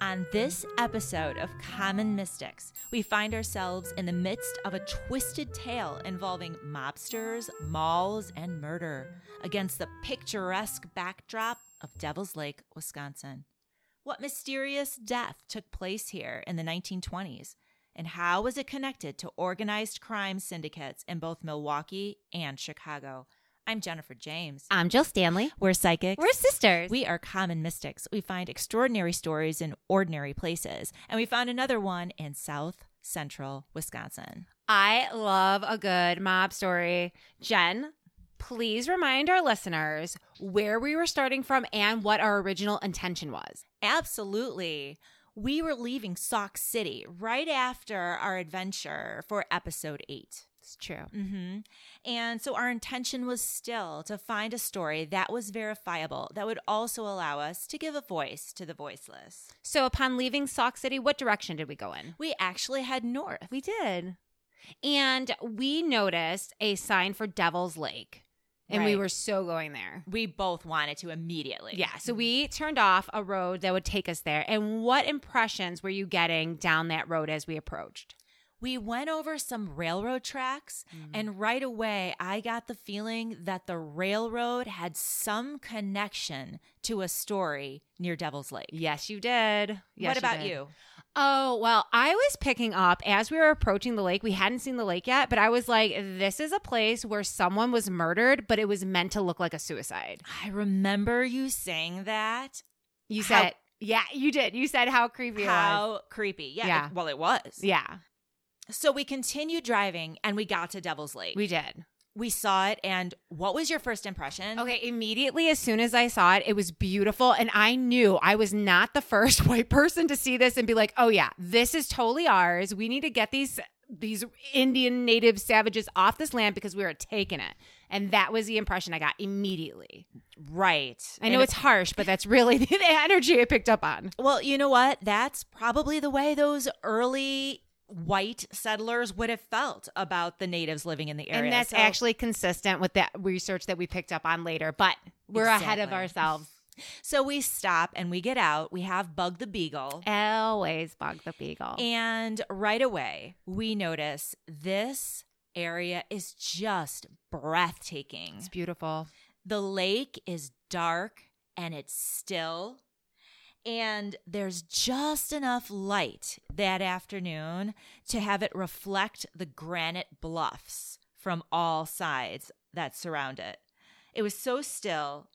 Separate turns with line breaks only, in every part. On this episode of Common Mystics, we find ourselves in the midst of a twisted tale involving mobsters, malls, and murder against the picturesque backdrop of Devil's Lake, Wisconsin. What mysterious death took place here in the 1920s, and how was it connected to organized crime syndicates in both Milwaukee and Chicago? I'm Jennifer James.
I'm Jill Stanley.
We're psychics.
We're sisters.
We are common mystics. We find extraordinary stories in ordinary places. And we found another one in South Central Wisconsin.
I love a good mob story. Jen, please remind our listeners where we were starting from and what our original intention was.
Absolutely. We were leaving Sauk City right after our adventure for episode eight.
It's true.
hmm And so our intention was still to find a story that was verifiable, that would also allow us to give a voice to the voiceless.
So upon leaving Sauk City, what direction did we go in?
We actually head north.
We did. And we noticed a sign for Devil's Lake. And we
Right.
were so going there.
We both wanted to immediately.
Yeah. So we turned off a road that would take us there. And what impressions were you getting down that road as we approached?
We went over some railroad tracks,
Mm.
and right away I got the feeling that the railroad had some connection to a story near Devil's Lake.
Yes, you did. Yes,
what about
did.
you?
Oh, well, I was picking up as we were approaching the lake. We hadn't seen the lake yet, but I was like, this is a place where someone was murdered, but it was meant to look like a suicide.
I remember you saying that.
You
How-
said, yeah, you did. You said how creepy it was.
How creepy. Yeah.
Yeah.
it- well, it was.
Yeah,
So we continued driving and we got to Devil's Lake.
we did.
we saw it, and what was your first impression?
Okay, immediately as soon as I saw it, it was beautiful. And I knew I was not the first white person to see this and be like, oh, yeah, this is totally ours. We need to get these. These Indian native savages off this land because we were taking it. And that was the impression I got immediately.
Right.
I know
And-
it's harsh, but that's really the energy I picked up on.
Well, you know what? That's probably the way those early white settlers would have felt about the natives living in the area.
And that's
So-
actually consistent with that research that we picked up on later, but we're ahead of
Exactly.
ourselves.
so we stop and we get out. We have Bug the Beagle.
Always bug the beagle.
And right away, we notice this area is just breathtaking.
it's beautiful.
The lake is dark and it's still. And there's just enough light that afternoon to have it reflect the granite bluffs from all sides that surround it. It was so still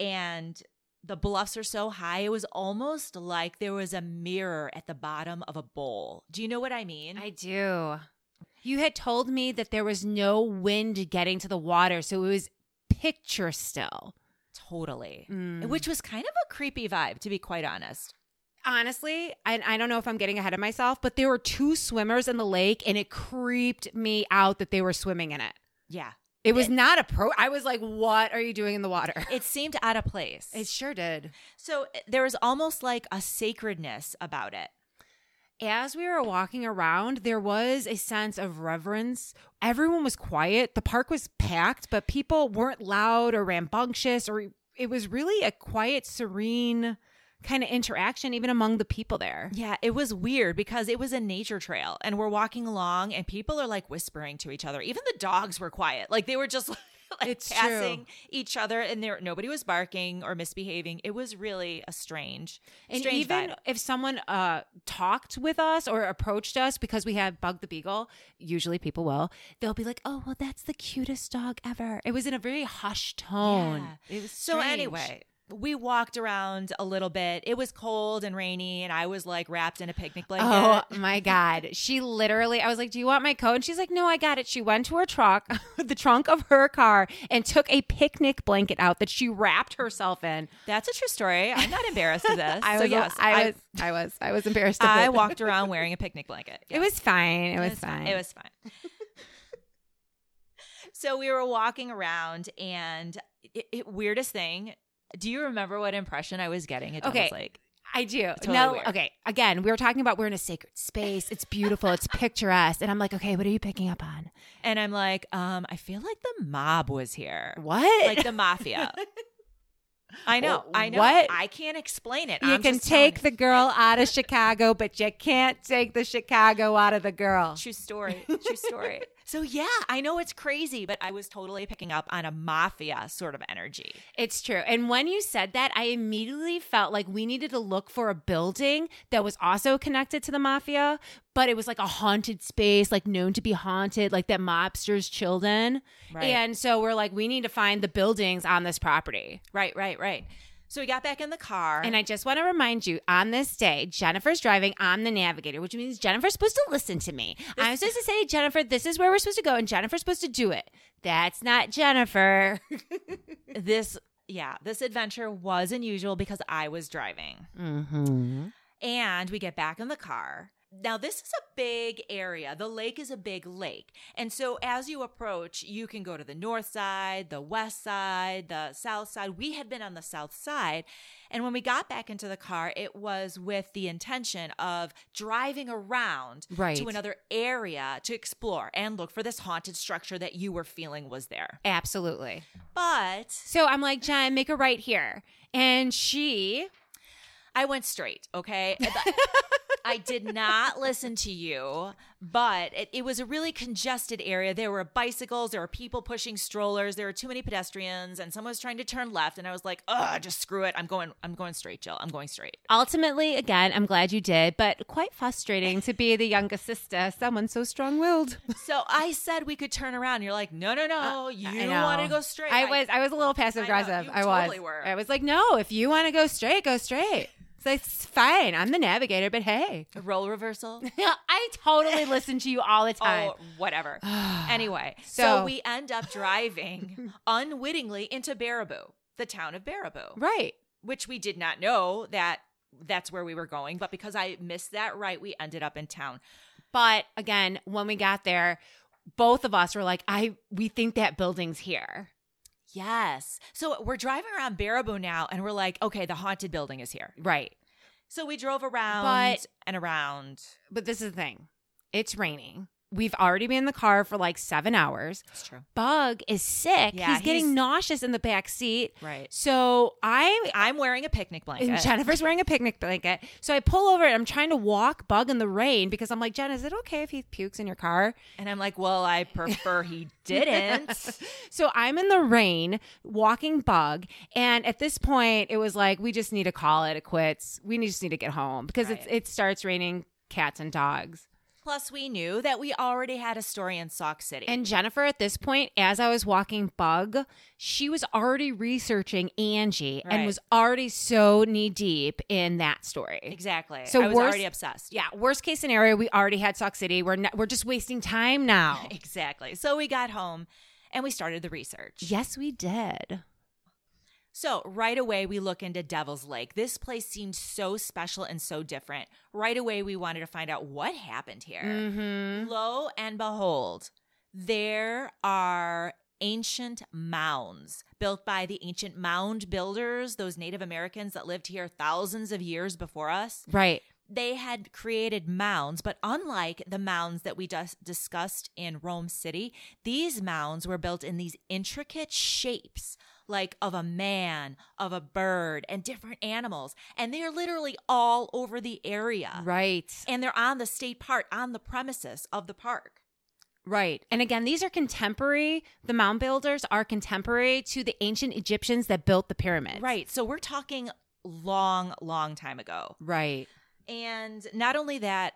and the bluffs are so high, it was almost like there was a mirror at the bottom of a bowl. Do you know what I mean?
I do. You had told me that there was no wind getting to the water, so it was picture still.
totally.
Mm.
Which was kind of a creepy vibe, to be quite honest.
honestly, and I don't know if I'm getting ahead of myself, but there were two swimmers in the lake, and it creeped me out that they were swimming in it.
Yeah.
It was not a pro. I was like, "What are you doing in the water?"
It seemed out of place.
It sure did.
So
eh,
uh, there was almost like a sacredness about it.
As we were walking around, there was a sense of reverence. Everyone was quiet. The park was packed, but people weren't loud or rambunctious, or it was really a quiet, serene kind of interaction, even among the people there.
Yeah, it was weird because it was a nature trail and we're walking along and people are like whispering to each other. Even the dogs were quiet. Like they were just like
It's true.
passing each other and there nobody was barking or misbehaving. It was really a strange
And
strange
even
vibe.
if someone uh, talked with us or approached us because we had Bug the Beagle, usually people will, they'll be like, oh, well, that's the cutest dog ever. It was in a very hushed tone.
Yeah.
It was
So
strange.
anyway, we walked around a little bit. It was cold and rainy and I was like wrapped in a picnic blanket.
Oh my God. She literally, I was like, Do you want my coat? And she's like, No, I got it. She went to her trunk, the trunk of her car, and took a picnic blanket out that she wrapped herself in.
That's a true story. I'm not embarrassed of this.
I
so
was,
yes,
I, was, I was, I was embarrassed. of
I
it.
walked around wearing a picnic blanket.
It was fine. It was, fine.
It was fine. so we were walking around, and it, it- weirdest thing. Do you remember what impression I was getting at Devil's
Okay.
Lake?
I do.
Totally
no,
weird.
okay. Again, we were talking about we're in a sacred space. It's beautiful. it's picturesque. And I'm like, okay, what are you picking up on?
And I'm like, um, I feel like the mob was here,
What?
like the mafia. I know. I know.
What?
I can't explain it.
You
I'm
can
just telling
take the girl out of Chicago, but you can't take the Chicago out of the girl.
True story. True story. so yeah, I know it's crazy, but I was totally picking up on a mafia sort of energy.
It's true. And when you said that, I immediately felt like we needed to look for a building that was also connected to the mafia, but it was like a haunted space, like known to be haunted, like that mobsters chilled in.
Right.
And so we're like, we need to find the buildings on this property.
Right, right, right. So we got back in the car.
And I just want to remind you on this day, Jennifer's driving. I'm the navigator, which means Jennifer's supposed to listen to me. I'm supposed to say, Jennifer, this is where we're supposed to go, and Jennifer's supposed to do it. That's not Jennifer.
this yeah, this adventure was unusual because I was driving.
mm-hmm.
And we get back in the car. Now, this is a big area. The lake is a big lake. And so, as you approach, you can go to the north side, the west side, the south side. We had been on the south side. And when we got back into the car, it was with the intention of driving around
Right.
to another area to explore and look for this haunted structure that you were feeling was there.
Absolutely.
But
So I'm like, Jen, make a right here. And she,
I went straight, okay? I did not listen to you, but it, it was a really congested area. There were bicycles, there were people pushing strollers, there were too many pedestrians, and someone was trying to turn left, and I was like, "Ugh, just screw it. I'm going. I'm going straight, Jill. I'm going straight."
ultimately, again, I'm glad you did, but quite frustrating to be the youngest sister, someone so strong willed.
So I said we could turn around. You're like, "No, no, no. You
Uh, know.
want to go straight."
I was, I was a little passive
I know,
aggressive.
you
I was.
totally were.
I was like, no, if you want to go straight, go straight. It's like, it's fine. I'm the navigator, but hey.
role reversal.
I totally listen to you all the time.
Oh, whatever.
Oh.
anyway, so
So-
we end up driving unwittingly into Baraboo, the town of Baraboo.
Right.
which we did not know that that's where we were going. But because I missed that right, we ended up in town.
But again, when we got there, both of us were like, I we think that building's here.
Yes. So we're driving around Baraboo now and we're like, okay, the haunted building is here.
Right.
So we drove around
But-
and around.
But this is the thing it's raining. We've already been in the car for like seven hours.
That's true.
Bug is sick.
Yeah,
he's getting
he's-
nauseous in the back seat.
Right.
So I'm.
I'm wearing a picnic blanket.
And Jennifer's wearing a picnic blanket. So I pull over and I'm trying to walk Bug in the rain because I'm like, Jen, is it okay if he pukes in your car?
and I'm like, well, I prefer he didn't.
So I'm in the rain walking Bug. And at this point, it was like, we just need to call it. It quits. We just need to get home because it's,
Right.
it starts raining cats and dogs.
Plus, we knew that we already had a story in Sauk City.
And Jennifer, at this point, as I was walking Bug, she was already researching Angie
Right.
and was already so knee deep in that story.
exactly.
So
I was
worse-
already obsessed.
Yeah, worst case scenario, we already had Sock City. We're not, we're just wasting time now.
Exactly. So we got home and we started the research.
yes, we did.
So, right away, we look into Devil's Lake. This place seemed so special and so different. Right away, we wanted to find out what happened here.
Mm-hmm.
Lo and behold, there are ancient mounds built by the ancient mound builders, those Native Americans that lived here thousands of years before us.
Right.
They had created mounds, but unlike the mounds that we dis- discussed in Rome City, these mounds were built in these intricate shapes, like of a man, of a bird, and different animals. And they are literally all over the
Uh,
area.
Right.
And they're on the state park, on the premises of the park.
Right. And again, these are contemporary. The mound builders are contemporary to the ancient Egyptians that built the pyramids.
Right. So we're talking long, long time ago.
Right.
And not only that,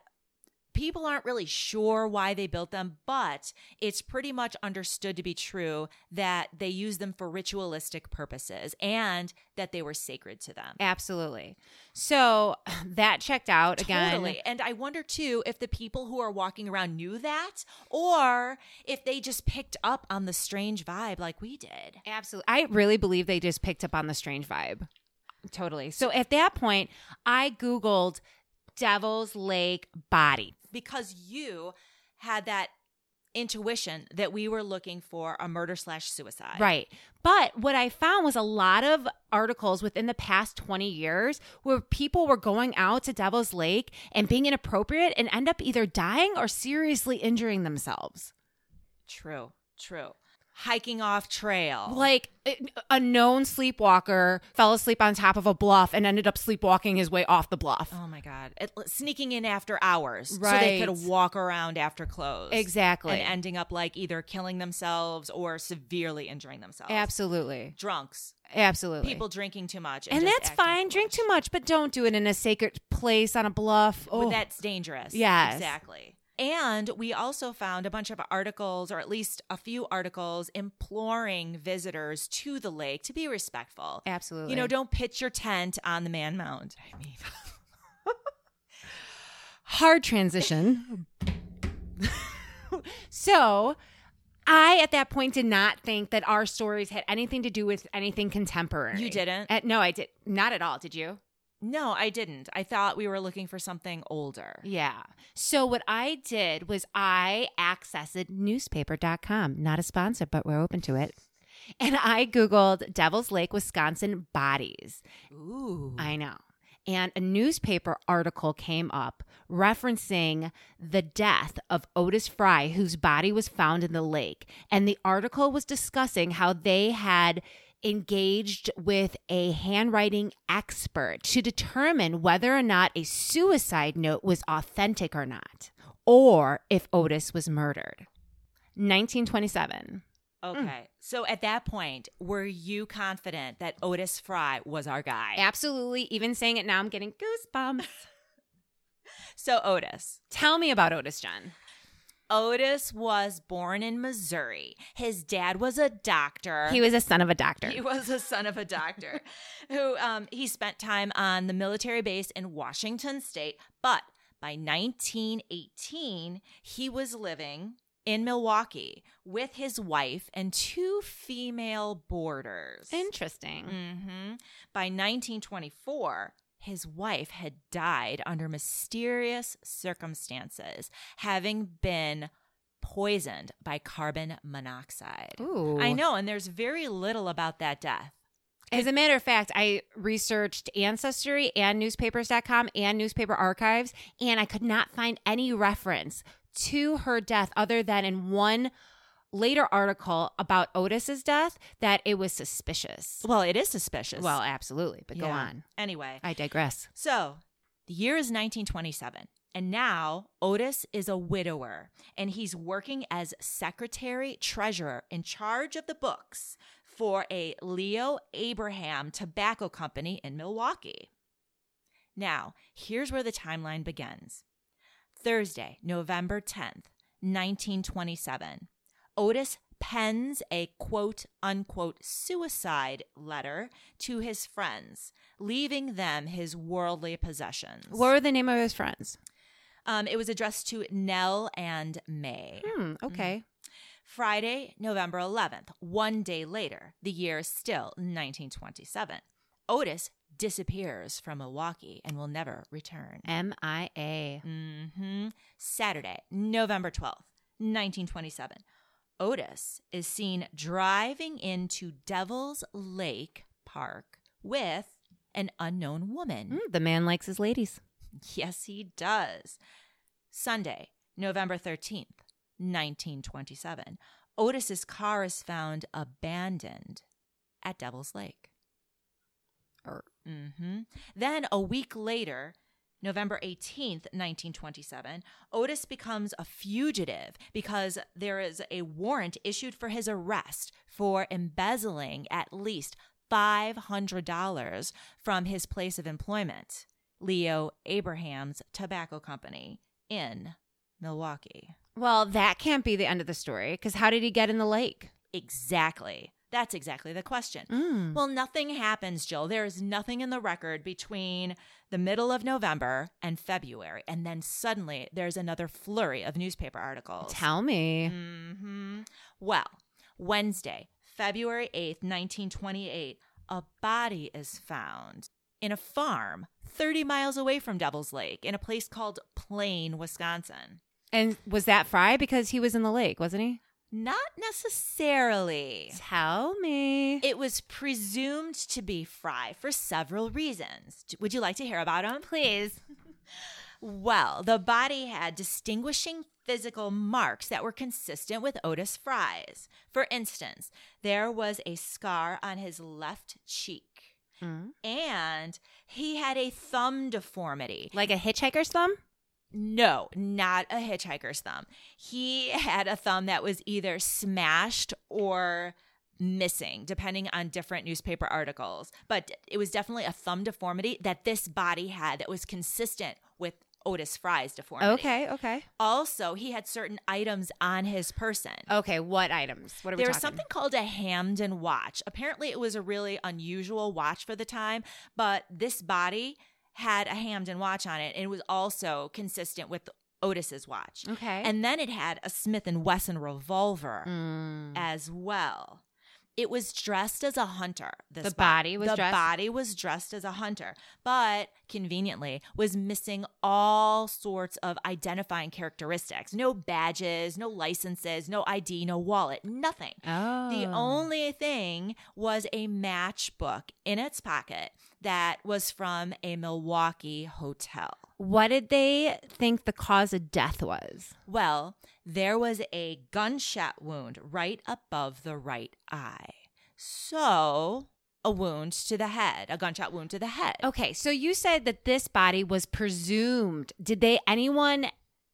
people aren't really sure why they built them, but it's pretty much understood to be true that they used them for ritualistic purposes and that they were sacred to them.
Absolutely. So that checked out again.
Totally. And I wonder too if the people who are walking around knew that or if they just picked up on the strange vibe like we did.
Absolutely. I really believe they just picked up on the strange vibe. Totally. So at that point, I Googled Devil's Lake body.
Because you had that intuition that we were looking for a murder slash suicide.
Right. But what I found was a lot of articles within the past 20 years where people were going out to Devil's Lake and being inappropriate and end up either dying or seriously injuring themselves.
True. True. hiking off trail.
Like it- a known sleepwalker fell asleep on top of a bluff and ended up sleepwalking his way off the bluff.
Oh my God. It, sneaking in after hours so they
Right.
could walk around after close.
Exactly.
And ending up like either killing themselves or severely injuring themselves.
Absolutely.
Drunks,
Absolutely.
people drinking too much.
and
just
that's
acting
fine. Drink too much, but don't do it in a sacred place on a bluff.
Well,
Oh,
that's dangerous.
Yes.
Exactly. And we also found a bunch of articles, or at least a few articles, imploring visitors to the lake to be respectful.
absolutely.
You know, don't pitch your tent on the man mound. I mean,
hard transition. so I at that point did not think that our stories had anything to do with anything contemporary.
You didn't?
Uh, no, I did not at all. Did you?
no, I didn't. I thought we were looking for something older.
Yeah. So what I did was I accessed newspaper.com, not a sponsor, but we're open to it. And I Googled Devil's Lake, Wisconsin bodies.
Ooh.
I know. And a newspaper article came up referencing the death of Otis Fry, whose body was found in the lake. And the article was discussing how they had engaged with a handwriting expert to determine whether or not a suicide note was authentic or not, or if Otis was murdered. 1927.
okay. So at that point, were you confident that Otis Fry was our guy?
Absolutely. Even saying it now, I'm getting goosebumps.
So, Otis.
Tell me about Otis, John.
Otis was born in Missouri. His dad was a doctor.
He was a son of a doctor.
He was a son of a doctor who um, he spent time on the military base in Washington state. But by 1918, he was living in Milwaukee with his wife and two female boarders.
Interesting.
Mhm. By 1924, his wife had died under mysterious circumstances, having been poisoned by carbon monoxide.
Ooh.
I know, and there's very little about that death.
As a matter of fact, I researched Ancestry and newspapers.com and newspaper archives, and I could not find any reference to her death other than in one later article about Otis's death that it was suspicious.
Well, it is suspicious.
Well, absolutely, but go
Yeah.
on.
Anyway,
I digress.
so the year is 1927. And now Otis is a widower and he's working as secretary treasurer in charge of the books for a Leo Abraham tobacco company in Milwaukee. Now, here's where the timeline begins. Thursday, November 10th, 1927. Otis pens a quote unquote suicide letter to his friends, leaving them his worldly possessions.
What were the name of his friends?
Um, it was addressed to Nell and May.
Hmm, okay.
Friday, November 11th, one day later, the year is still 1927. Otis disappears from Milwaukee and will never return.
MIA.
hmm Saturday, November 12th, 1927. Otis is seen driving into Devil's Lake Park with an unknown woman.
Hmm, the man likes his ladies.
Yes, he does. Sunday, November 13th, 1927. Otis's car is found abandoned at Devil's Lake.
Er.
hmm Then a week later, November 18th, 1927, Otis becomes a fugitive because there is a warrant issued for his arrest for embezzling at least $500 from his place of employment, Leo Abraham's Tobacco Company in Milwaukee.
Well, that can't be the end of the story because how did he get in the lake?
Exactly. That's exactly the question.
Mm.
Well, nothing happens, Jill. There is nothing in the record between the middle of November and February. And then suddenly there's another flurry of newspaper articles.
Tell me.
hmm Well, Wednesday, February 8th, 1928, a body is found in a farm 30 miles away from Devil's Lake in a place called Plain, Wisconsin.
And was that Fry because he was in the lake, wasn't he?
Not necessarily.
Tell me.
It was presumed to be Fry for several reasons. D- Would you like to hear about him? Please. well, the body had distinguishing physical marks that were consistent with Otis Fry's. For instance, there was a scar on his left cheek. And he had a thumb deformity.
Like a hitchhiker's thumb?
No, not a hitchhiker's thumb. He had a thumb that was either smashed or missing, depending on different newspaper articles. But it was definitely a thumb deformity that this body had that was consistent with Otis Fry's deformity.
Okay, okay.
Also, he had certain items on his person.
Okay, what items? What are we
There was
talking?
something called a Hamden watch. Apparently, it was a really unusual watch for the time, but this body had a Hamden watch on it, and it was also consistent with Otis's watch.
Okay.
And then it had a Smith and Wesson revolver
Mm.
as well. It was dressed as a hunter. This
The
bo-
body was
the
dressed-
body was dressed as a hunter, but conveniently was missing all sorts of identifying characteristics. No badges, no licenses, no ID, no wallet, nothing.
oh.
The only thing was a matchbook in its pocket that was from a Milwaukee hotel.
What did they think the cause of death was?
Well, there was a gunshot wound right above the right eye. So, a wound to the head, a gunshot wound to the head.
Okay, so you said that this body was presumed. Did they anyone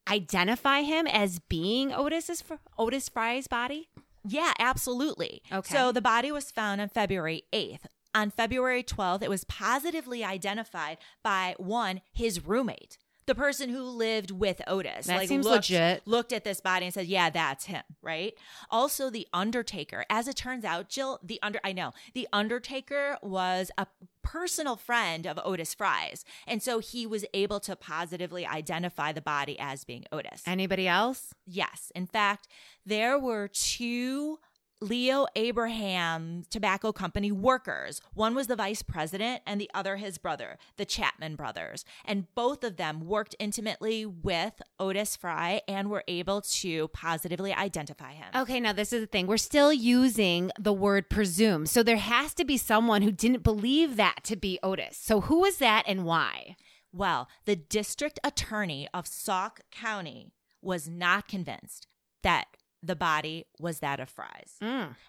identify him as being Otis's fr- Otis Fry's body?
Yeah, absolutely.
Okay.
So, the body was found on February 8th. On February 12th, it was positively identified by one, his roommate, the person who lived with Otis.
That seems
looked-
legit.
Looked at this body and said, "Yeah, that's him." Right. Also, the Undertaker. As it turns out, Jill, the under I know the Undertaker was a personal friend of Otis Fry's, and so he was able to positively identify the body as being Otis.
Anybody else?
Yes. In fact, there were two Leo Abraham Tobacco Company workers. One was the vice president and the other his brother, the Chapman brothers. And both of them worked intimately with Otis Fry and were able to positively identify him.
Okay, now this is the thing. We're still using the word presume. So there has to be someone who didn't believe that to be Otis. So who was that and why?
Well, the district attorney of Sauk County was not convinced that the body was that of Fry's.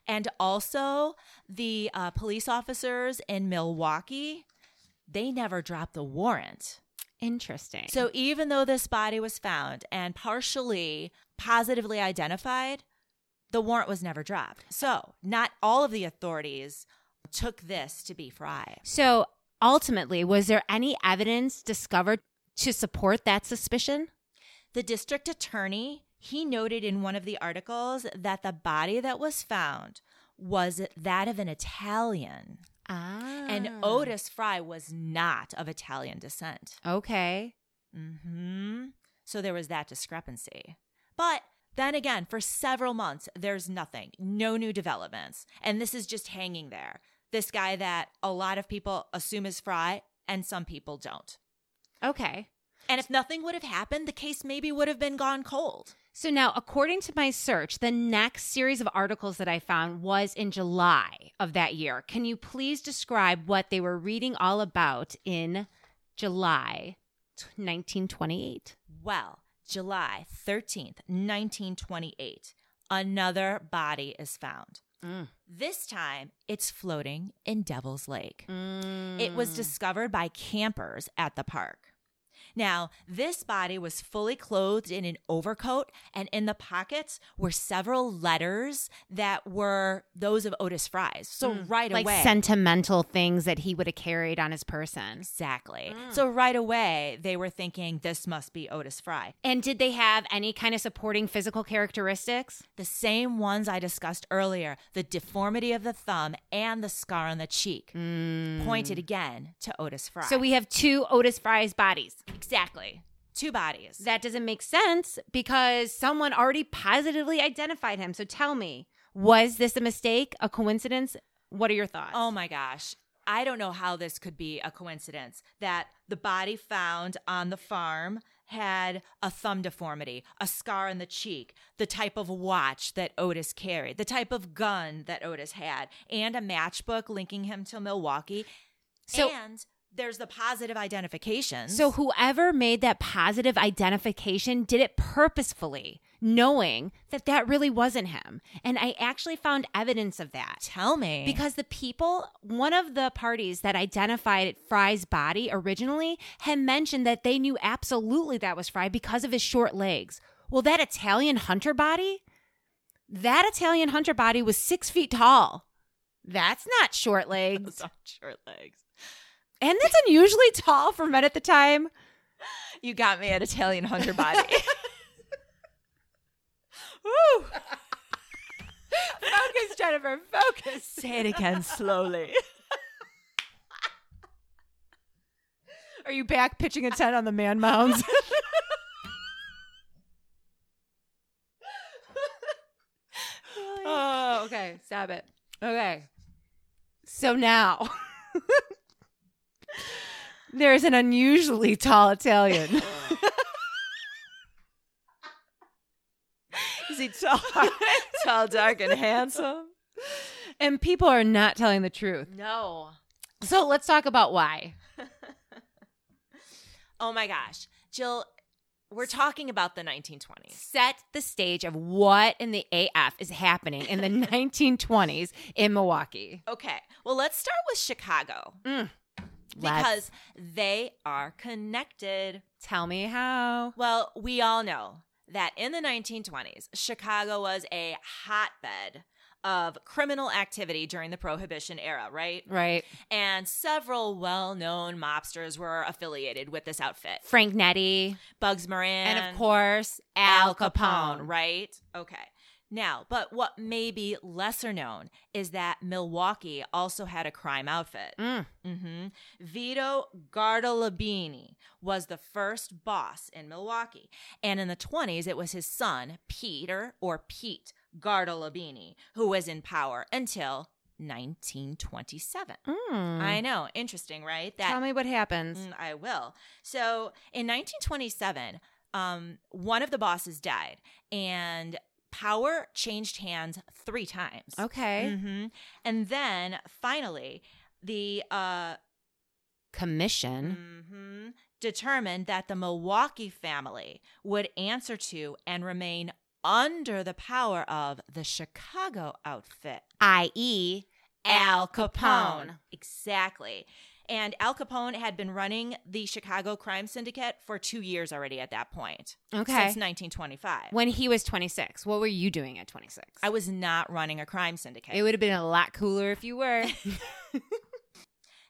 And also, the uh, police officers in Milwaukee, they never dropped the warrant.
Interesting. So
So even though this body was found and partially positively identified, the warrant was never dropped. So not all of the authorities took this to be Fry.
so ultimately, was there any evidence discovered to support that suspicion?
The district attorney, he noted in one of the articles that the body that was found was that of an Italian.
Ah.
And Otis Fry was not of Italian descent.
Okay.
hmm So there was that discrepancy. But then again, for several months, there's nothing, no new developments. And this is just hanging there. This guy that a lot of people assume is Fry and some people don't.
Okay.
And if nothing would have happened, the case maybe would have been gone cold.
So now, according to my search, the next series of articles that I found was in July of that year. Can you please describe what they were reading all about in July t- 1928?
Well, July 13th, 1928, another body is found. This time, it's floating in Devil's Lake. It was discovered by campers at the park. Now, this body was fully clothed in an overcoat, and in the pockets were several letters that were those of Otis Fry's. So, right
like
away.
sentimental things that he would have carried on his person.
exactly. So, right away, they were thinking this must be Otis Fry.
And did they have any kind of supporting physical characteristics?
the same ones I discussed earlier the deformity of the thumb and the scar on the cheek, pointed again to Otis Fry.
Mm. So we have two Otis Fry's bodies.
exactly two bodies.
That doesn't make sense because someone already positively identified him. So tell me, was this a mistake, a coincidence? What are your thoughts?
oh my gosh. I don't know how this could be a coincidence that the body found on the farm had a thumb deformity, a scar on the cheek, the type of watch that Otis carried, the type of gun that Otis had, and a matchbook linking him to Milwaukee.
So-
and there's the positive identifications.
So whoever made that positive identification did it purposefully, knowing that that really wasn't him. And I actually found evidence of that.
tell me
Because the people, one of the parties that identified Fry's body originally had mentioned that they knew absolutely that was Fry because of his short legs. Well, that Italian hunter body, that Italian hunter body was six feet tall. That's not short legs.
Those are short legs.
And that's unusually tall for men at the time.
You got me at Italian hunter body. Woo!
Focus, Jennifer. Focus.
Say it again slowly.
Are you back pitching a tent on the man mounds? oh, okay. Stop it. Okay. So now there's an unusually tall Italian.
Is he tall, tall, dark, and handsome?
and people are not telling the truth.
No.
So let's talk about why.
Oh my gosh, Jill. We're talking about the 1920s.
Set the stage of what in the AF is happening in the 1920s in Milwaukee.
Okay. Well, let's start with Chicago
Let's-
because they are connected.
tell me how.
Well, we all know that in the 1920s, Chicago was a hotbed of criminal activity during the Prohibition era, right?
Right.
And several well known mobsters were affiliated with this outfit
Frank Nettie.
Bugs Moran,
And, of course,
Al Capone, right? Okay. Now, but what may be lesser known is that Milwaukee also had a crime outfit.
Mm.
hmm Vito Gardalabini was the first boss in Milwaukee. And in the 20s, it was his son, Peter or Pete Gardalabini, who was in power until 1927.
Mm.
I know. Interesting, right? That
Tell me what happens.
Mm, I will. So in 1927, um, one of the bosses died, and power changed hands three times.
Okay.
hmm And then finally, the uh,
Commission.
mhm, determined that the Milwaukee family would answer to and remain under the power of the Chicago outfit.
I.E.
Al Capone. Exactly. And Al Capone had been running the Chicago crime syndicate for two years already at that point.
Okay.
Since 1925.
When he was 26, what were you doing at 26?
I was not running a crime syndicate.
it would have been a lot cooler if you were.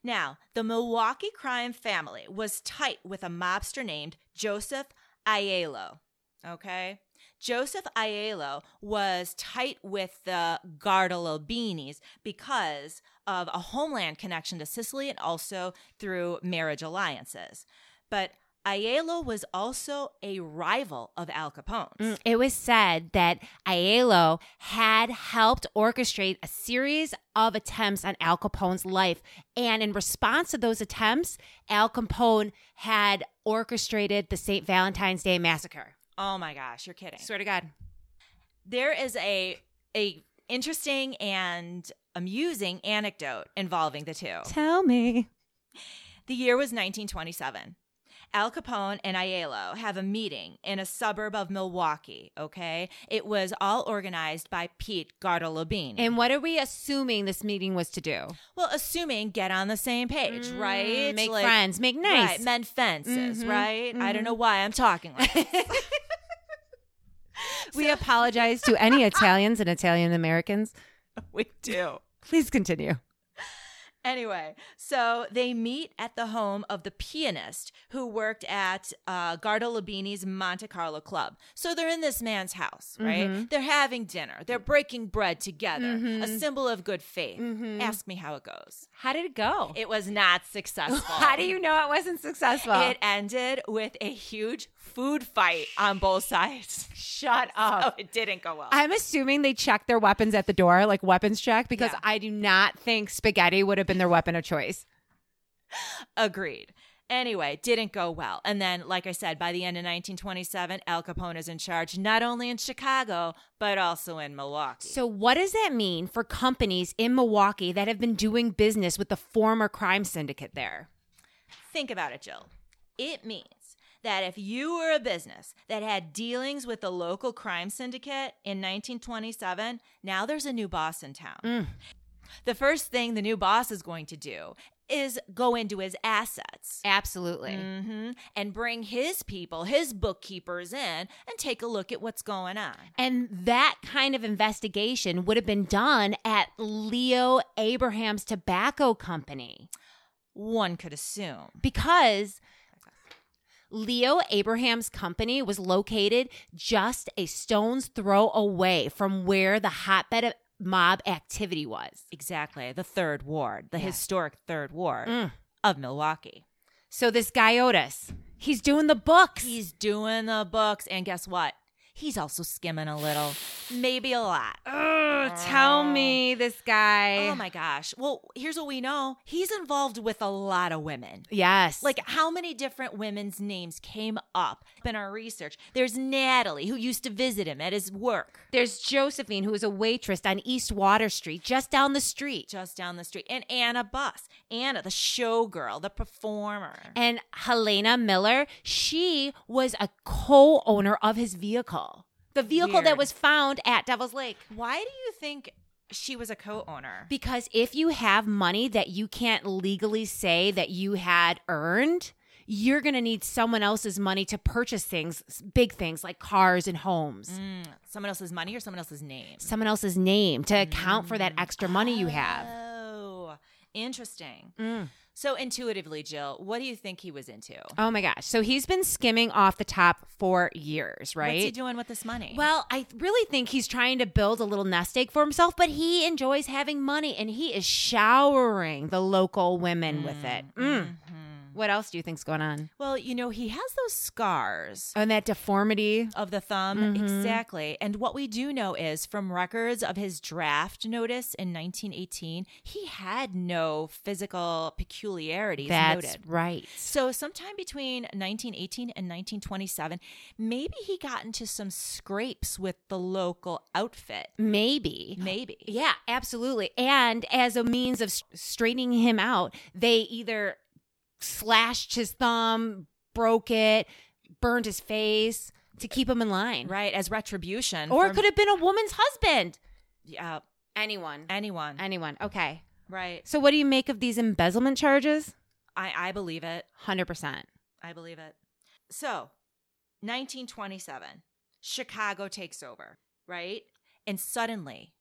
now, the Milwaukee crime family was tight with a mobster named Joseph Aiello. Okay. Joseph Aiello was tight with the Gardalobinis because of a homeland connection to Sicily and also through marriage alliances. But Aiello was also a rival of Al Capone's.
Mm. it was said that Aiello had helped orchestrate a series of attempts on Al Capone's life. And in response to those attempts, Al Capone had orchestrated the St. Valentine's Day Massacre.
Oh my gosh, you're kidding.
Swear to God.
there is a a interesting and amusing anecdote involving the two.
Tell me.
The year was 1927. Al Capone and Aiello have a meeting in a suburb of Milwaukee, okay? It was all organized by Pete Gardalobini.
And what are we assuming this meeting was to do?
well, assuming get on the same page, right?
Mm, Make
Like-
friends, make nice.
Right, mend fences,
Mhm,
right? I don't know why I'm talking like this.
We apologize to any Italians and Italian Americans.
we do.
Please continue.
Anyway, so they meet at the home of the pianist who worked at uh, Gardalabini's Monte Carlo club. So they're in this man's house, right?
Mm-hmm.
They're having dinner. They're breaking bread together, a symbol of good faith.
Mm-hmm.
Ask me how it goes.
How did it go?
It was not successful.
How do you know it wasn't successful?
It ended with a huge food fight on both sides. Shut
up.
it didn't go well.
I'm assuming they checked their weapons at the door, like weapons check, because
Yeah.
I do not think spaghetti would have been their weapon of choice.
Agreed. Anyway, didn't go well. And then, like I said, by the end of 1927, Al Capone is in charge not only in Chicago, but also in Milwaukee.
So, what does that mean for companies in Milwaukee that have been doing business with the former crime syndicate there?
Think about it, Jill. It means that if you were a business that had dealings with the local crime syndicate in 1927, now there's a new boss in town. The first thing the new boss is going to do is go into his assets.
Absolutely.
hmm And bring his people, his bookkeepers in, and take a look at what's going on.
And that kind of investigation would have been done at Leo Abraham's tobacco company
One could assume.
because Leo Abraham's company was located just a stone's throw away from where the hotbed of mob activity was.
Exactly. The third ward, the
Yeah. Mm.
historic third ward of Milwaukee.
So this guy Otis, he's doing the books.
He's doing the books, and guess what? He's also skimming a little, maybe a lot.
Ugh, tell me this guy.
Oh my gosh. Well, here's what we know he's involved with a lot of women.
Yes.
Like, how many different women's names came up in our research? There's Natalie, who used to visit him at his work.
there's Josephine, who is a waitress on East Water Street, just down the street.
Just down the street, and Anna Buss, Anna, the showgirl, the performer.
And Helena Miller, she was a co owner of his vehicle, the vehicle that
Weird.
was found at Devil's Lake.
Why do you think she was a co-owner?
Because if you have money that you can't legally say that you had earned, you're going to need someone else's money to purchase things, big things like cars and homes.
Mm. someone else's money or someone else's name?
Someone else's name to account for
Mm.
that extra money you have.
Oh, interesting. So intuitively, Jill, what do you think he was into?
Oh my gosh. So he's been skimming off the top for years, right?
What's he doing with this money?
Well, I th- really think he's trying to build a little nest egg for himself, but he enjoys having money and he is showering the local women with it. Mm. What else do you think's going on?
well, you know, he has those scars.
And that deformity.
Of the thumb, exactly. And what we do know is from records of his draft notice in 1918, he had no physical peculiarities
That's
noted.
right.
So, sometime between 1918 and 1927, maybe he got into some scrapes with the local outfit.
Maybe.
Maybe.
Yeah, absolutely. And as a means of s- straightening him out, they either slashed his thumb, broke it, burned his face to keep him in line.
Right, as retribution.
Or
for-
it could have been a woman's husband.
yeah,
Anyone.
anyone.
Anyone. Okay.
right.
So, what do you make of these embezzlement charges?
I, I believe it.
100%.
I believe it. So, 1927, Chicago takes over, right? And suddenly,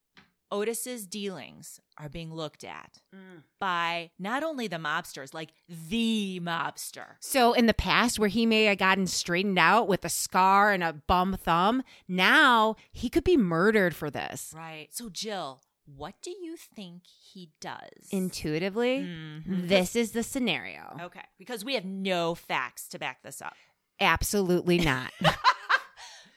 Otis's dealings are being looked at
Mm.
by not only the mobsters, like the mobster.
So, in the past, where he may have gotten straightened out with a scar and a bum thumb, now he could be murdered for this.
Right. So, Jill, what do you think he does?
Intuitively,
Mm-hmm.
this is the scenario.
okay, because we have no facts to back this up.
Absolutely not.
All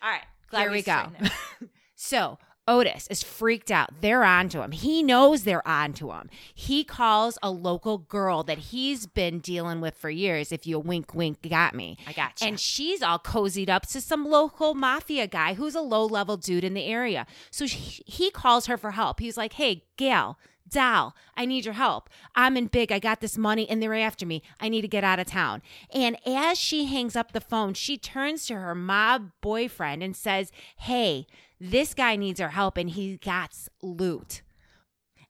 right, glad
Here we go.
straightened it.
So Otis is freaked out. They're onto him. He knows they're onto him. He calls a local girl that he's been dealing with for years. If you wink, wink, got me.
I gotcha.
And she's all cozied up to some local mafia guy who's a low level dude in the area. So she, he calls her for help. He's like, hey, gal, Doll, I need your help. I'm in big. I got this money and they're after me. I need to get out of town. And as she hangs up the phone, she turns to her mob boyfriend and says, Hey, this guy needs our help and he got loot.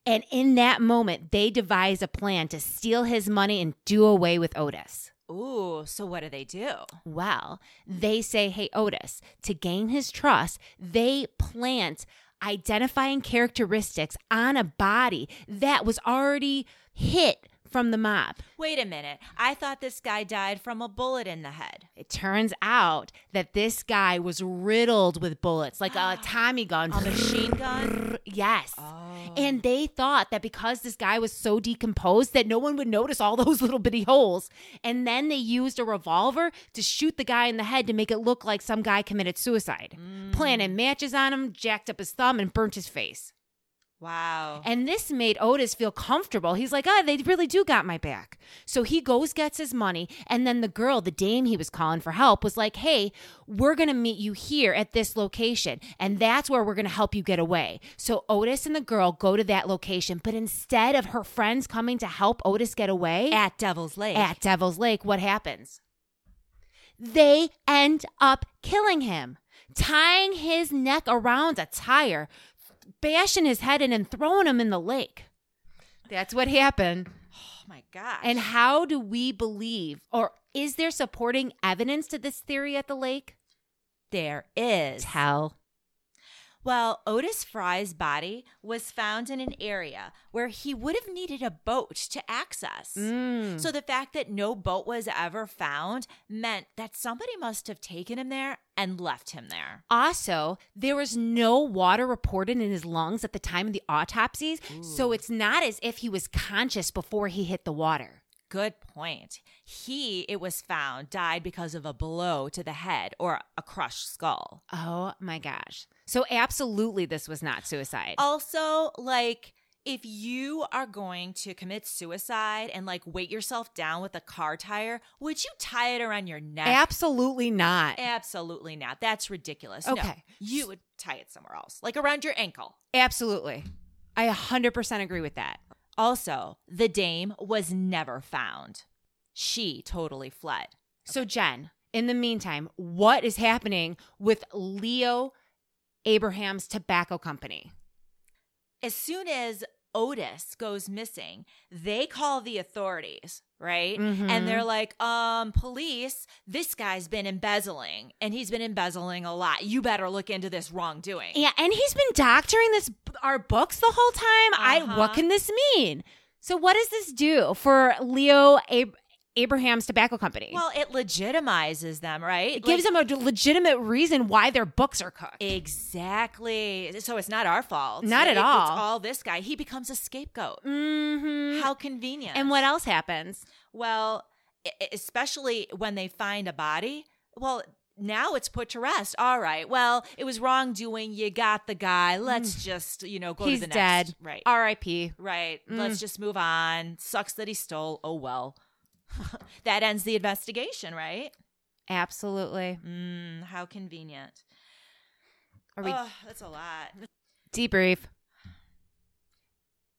And in that moment, they devise a plan to steal his money and do away with Otis.
Ooh, so what do they do?
Well, they say, hey, Otis, to gain his trust, they plant identifying characteristics on a body that was already hit from the mob.
Wait a minute. I thought this guy died from a bullet in the head.
It turns out that this guy was riddled with bullets, like a Tommy gun.
A machine gun?
Yes.
Oh.
And they thought that because this guy was so decomposed that no one would notice all those little bitty holes. And then they used a revolver to shoot the guy in the head to make it look like some guy committed suicide. Planted matches on him, jacked up his thumb, and burnt his face.
Wow.
And this made Otis feel comfortable. He's like, oh, they really do got my back. So he goes, gets his money. And then the girl, the dame he was calling for help, was like, hey, we're going to meet you here at this location. And that's where we're going to help you get away. So Otis and the girl go to that location. But instead of her friends coming to help Otis get away
at Devil's Lake.
at Devil's Lake, what happens? They end up killing him, tying his neck around a tire, bashing his head in, and throwing him in the lake. That's what happened.
oh my gosh.
And how do we believe, or is there supporting evidence to this theory at the lake?
there is.
Tell.
Well, Otis Fry's body was found in an area where he would have needed a boat to access.
Mm.
So the fact that no boat was ever found meant that somebody must have taken him there and left him there.
Also, there was no water reported in his lungs at the time of the autopsies, so it's not as if he was conscious before he hit the water.
Good point. He, it was found, died because of a blow to the head or a crushed skull.
Oh my gosh. So, absolutely, this was not suicide.
Also, like, if you are going to commit suicide and like weight yourself down with a car tire, would you tie it around your neck?
absolutely not.
Absolutely not. That's ridiculous. No,
Okay.
you would tie it somewhere else, like around your ankle.
absolutely. I 100% agree with that.
Also, the dame was never found. She totally fled.
So, Jen, in the meantime, what is happening with Leo Abraham's tobacco company?
As soon as Otis goes missing, they call the authorities, right?
Mhm.
And they're like, um, police, this guy's been embezzling and he's been embezzling a lot. You better look into this wrongdoing.
Yeah, and he's been doctoring this our books the whole time. I what
Uh-huh.
can this mean? So, what does this do for Leo Ab- Abraham's tobacco company?
Well, it legitimizes them, right?
it gives
Like-
them a d- legitimate reason why their books are cooked.
Exactly. So it's not our fault.
Not at
It-
all.
It's all this guy. He becomes a scapegoat.
mm-hmm.
How convenient.
And what else happens?
Well, e- e- especially when they find a body. Well, now it's put to rest. All right. Well, it was wrongdoing. You got the guy. Let's just, you know, go
Mm. He's
to the
dead. Mm.
next. Right.
R.I.P.
Right. Let's just move on. Sucks that he stole. Oh, well. that ends the investigation, right?
Absolutely.
Mm, how convenient.
Are we
oh, that's a lot.
debrief?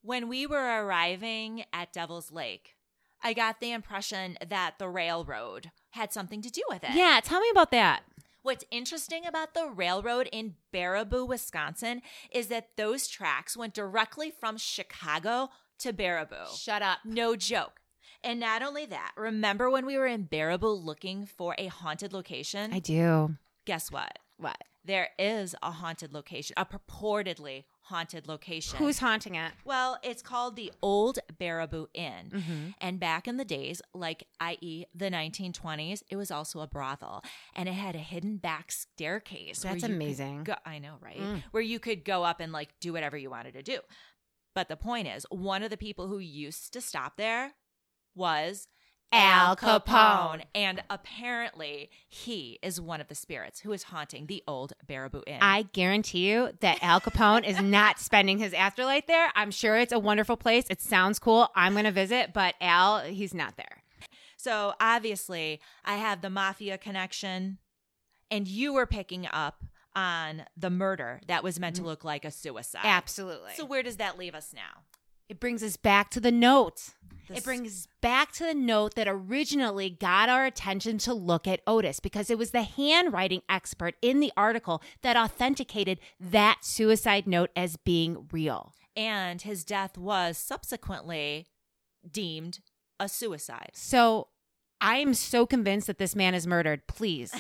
When we were arriving at Devil's Lake, I got the impression that the railroad had something to do with it.
Yeah, tell me about that.
What's interesting about the railroad in Baraboo, Wisconsin, is that those tracks went directly from Chicago to Baraboo.
Shut up.
No joke. And not only that, remember when we were in Baraboo looking for a haunted location?
I do.
Guess what?
What?
There is a haunted location, a purportedly haunted location.
Who's haunting it?
Well, it's called the Old Baraboo Inn. And back in the days, like i.e. the 1920s, it was also a brothel and it had a hidden back staircase. where
That's
you could
amazing.
go- I know, right?
Mm.
Where you could go up and like do whatever you wanted to do. But the point is, one of the people who used to stop there was
Al Capone.
And apparently, he is one of the spirits who is haunting the old Baraboo Inn.
I guarantee you that Al Capone is not spending his afterlife there. I'm sure it's a wonderful place. It sounds cool. I'm going to visit, but Al, he's not there.
So obviously, I have the mafia connection, and you were picking up on the murder that was meant to look like a suicide.
Absolutely.
So where does that leave us now?
it brings us back to the note.
This-
it brings us back to the note that originally got our attention to look at Otis because it was the handwriting expert in the article that authenticated that suicide note as being real.
And his death was subsequently deemed a suicide.
So I am so convinced that this man is murdered. Please,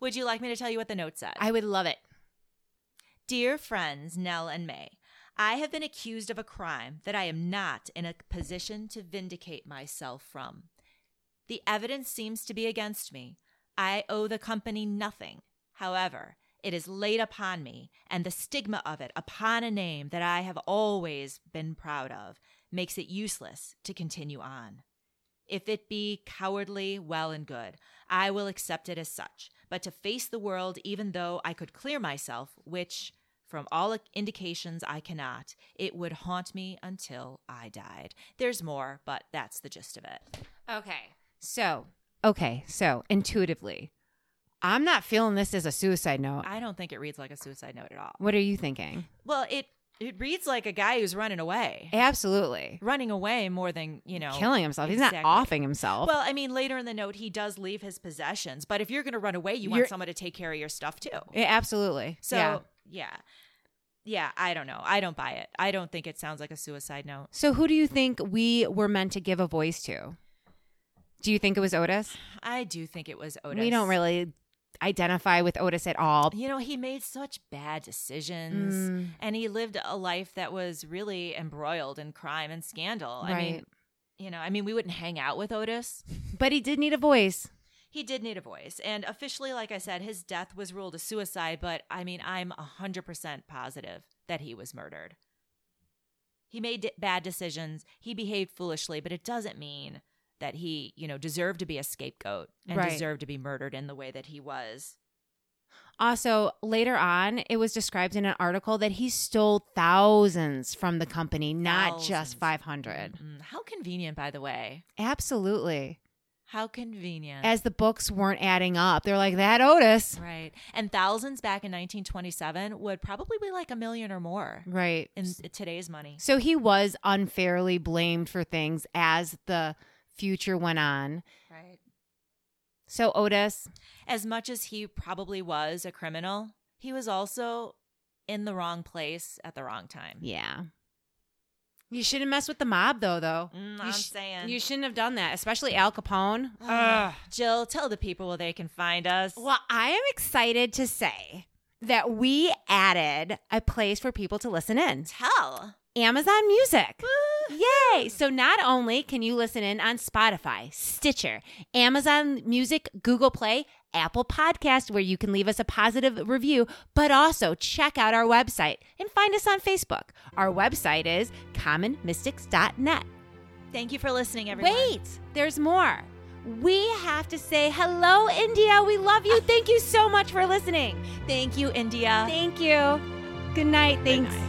Would you like me to tell you what the note said?
I would love it.
Dear friends Nell and May, I have been accused of a crime that I am not in a position to vindicate myself from. The evidence seems to be against me. I owe the company nothing. However, it is laid upon me, and the stigma of it upon a name that I have always been proud of makes it useless to continue on. If it be cowardly, well and good. I will accept it as such. But to face the world, even though I could clear myself, which, From all indications, I cannot. It would haunt me until I died. There's more, but that's the gist of it.
Okay. So, okay. So, intuitively, I'm not feeling this as a suicide note.
I don't think it reads like a suicide note at all.
What are you thinking?
Well, it it reads like a guy who's running away.
Absolutely.
Running away more than, you know,
Killing himself. He's
Exactly.
not offing himself.
Well, I mean, later in the note, he does leave his possessions, but if you're going to run away, you
You're-
want someone to take care of your stuff too.
Yeah, absolutely.
So,
yeah.
yeah. yeah. I don't know. I don't buy it. I don't think it sounds like a suicide note.
So, who do you think we were meant to give a voice to? Do you think it was Otis?
I do think it was Otis.
We don't really identify with Otis at all.
You know, he made such bad decisions
Mm,
and he lived a life that was really embroiled in crime and scandal. I
right.
mean, you know, I mean, we wouldn't hang out with Otis.
but he did need a voice.
He did need a voice. And officially, like I said, his death was ruled a suicide, but I mean, I'm 100% positive that he was murdered. He made d- bad decisions. He behaved foolishly, but it doesn't mean that he, you know, deserved to be a scapegoat and
Right.
deserved to be murdered in the way that he was.
Also, later on, it was described in an article that he stole thousands from the company, not
Thousands.
just 500.
Mm, How convenient, by the way.
Absolutely.
How convenient.
As the books weren't adding up, they're like, that Otis.
right. And thousands back in 1927 would probably be like a million or more
Right.
in today's money.
So he was unfairly blamed for things as the future went on.
Right.
So, Otis,
as much as he probably was a criminal, he was also in the wrong place at the wrong time.
yeah. You shouldn't mess with the mob, though, though.
Mm,
You
I'm
sh-
saying.
You shouldn't have done that, especially Al Capone.
Ugh. Ah, Jill, tell the people where they can find us.
Well, I am excited to say that we added a place for people to listen in
Tell.
Amazon Music. Yay! So not only can you listen in on Spotify, Stitcher, Amazon Music, Google Play, Apple Podcast, where you can leave us a positive review, but also check out our website and find us on Facebook. Our website is commonmystics.net.
Thank you for listening, everyone.
Wait, there's more. We have to say hello, India. We love you. Thank you so much for listening.
Thank you, India.
Thank you. Good night. Thanks.
night.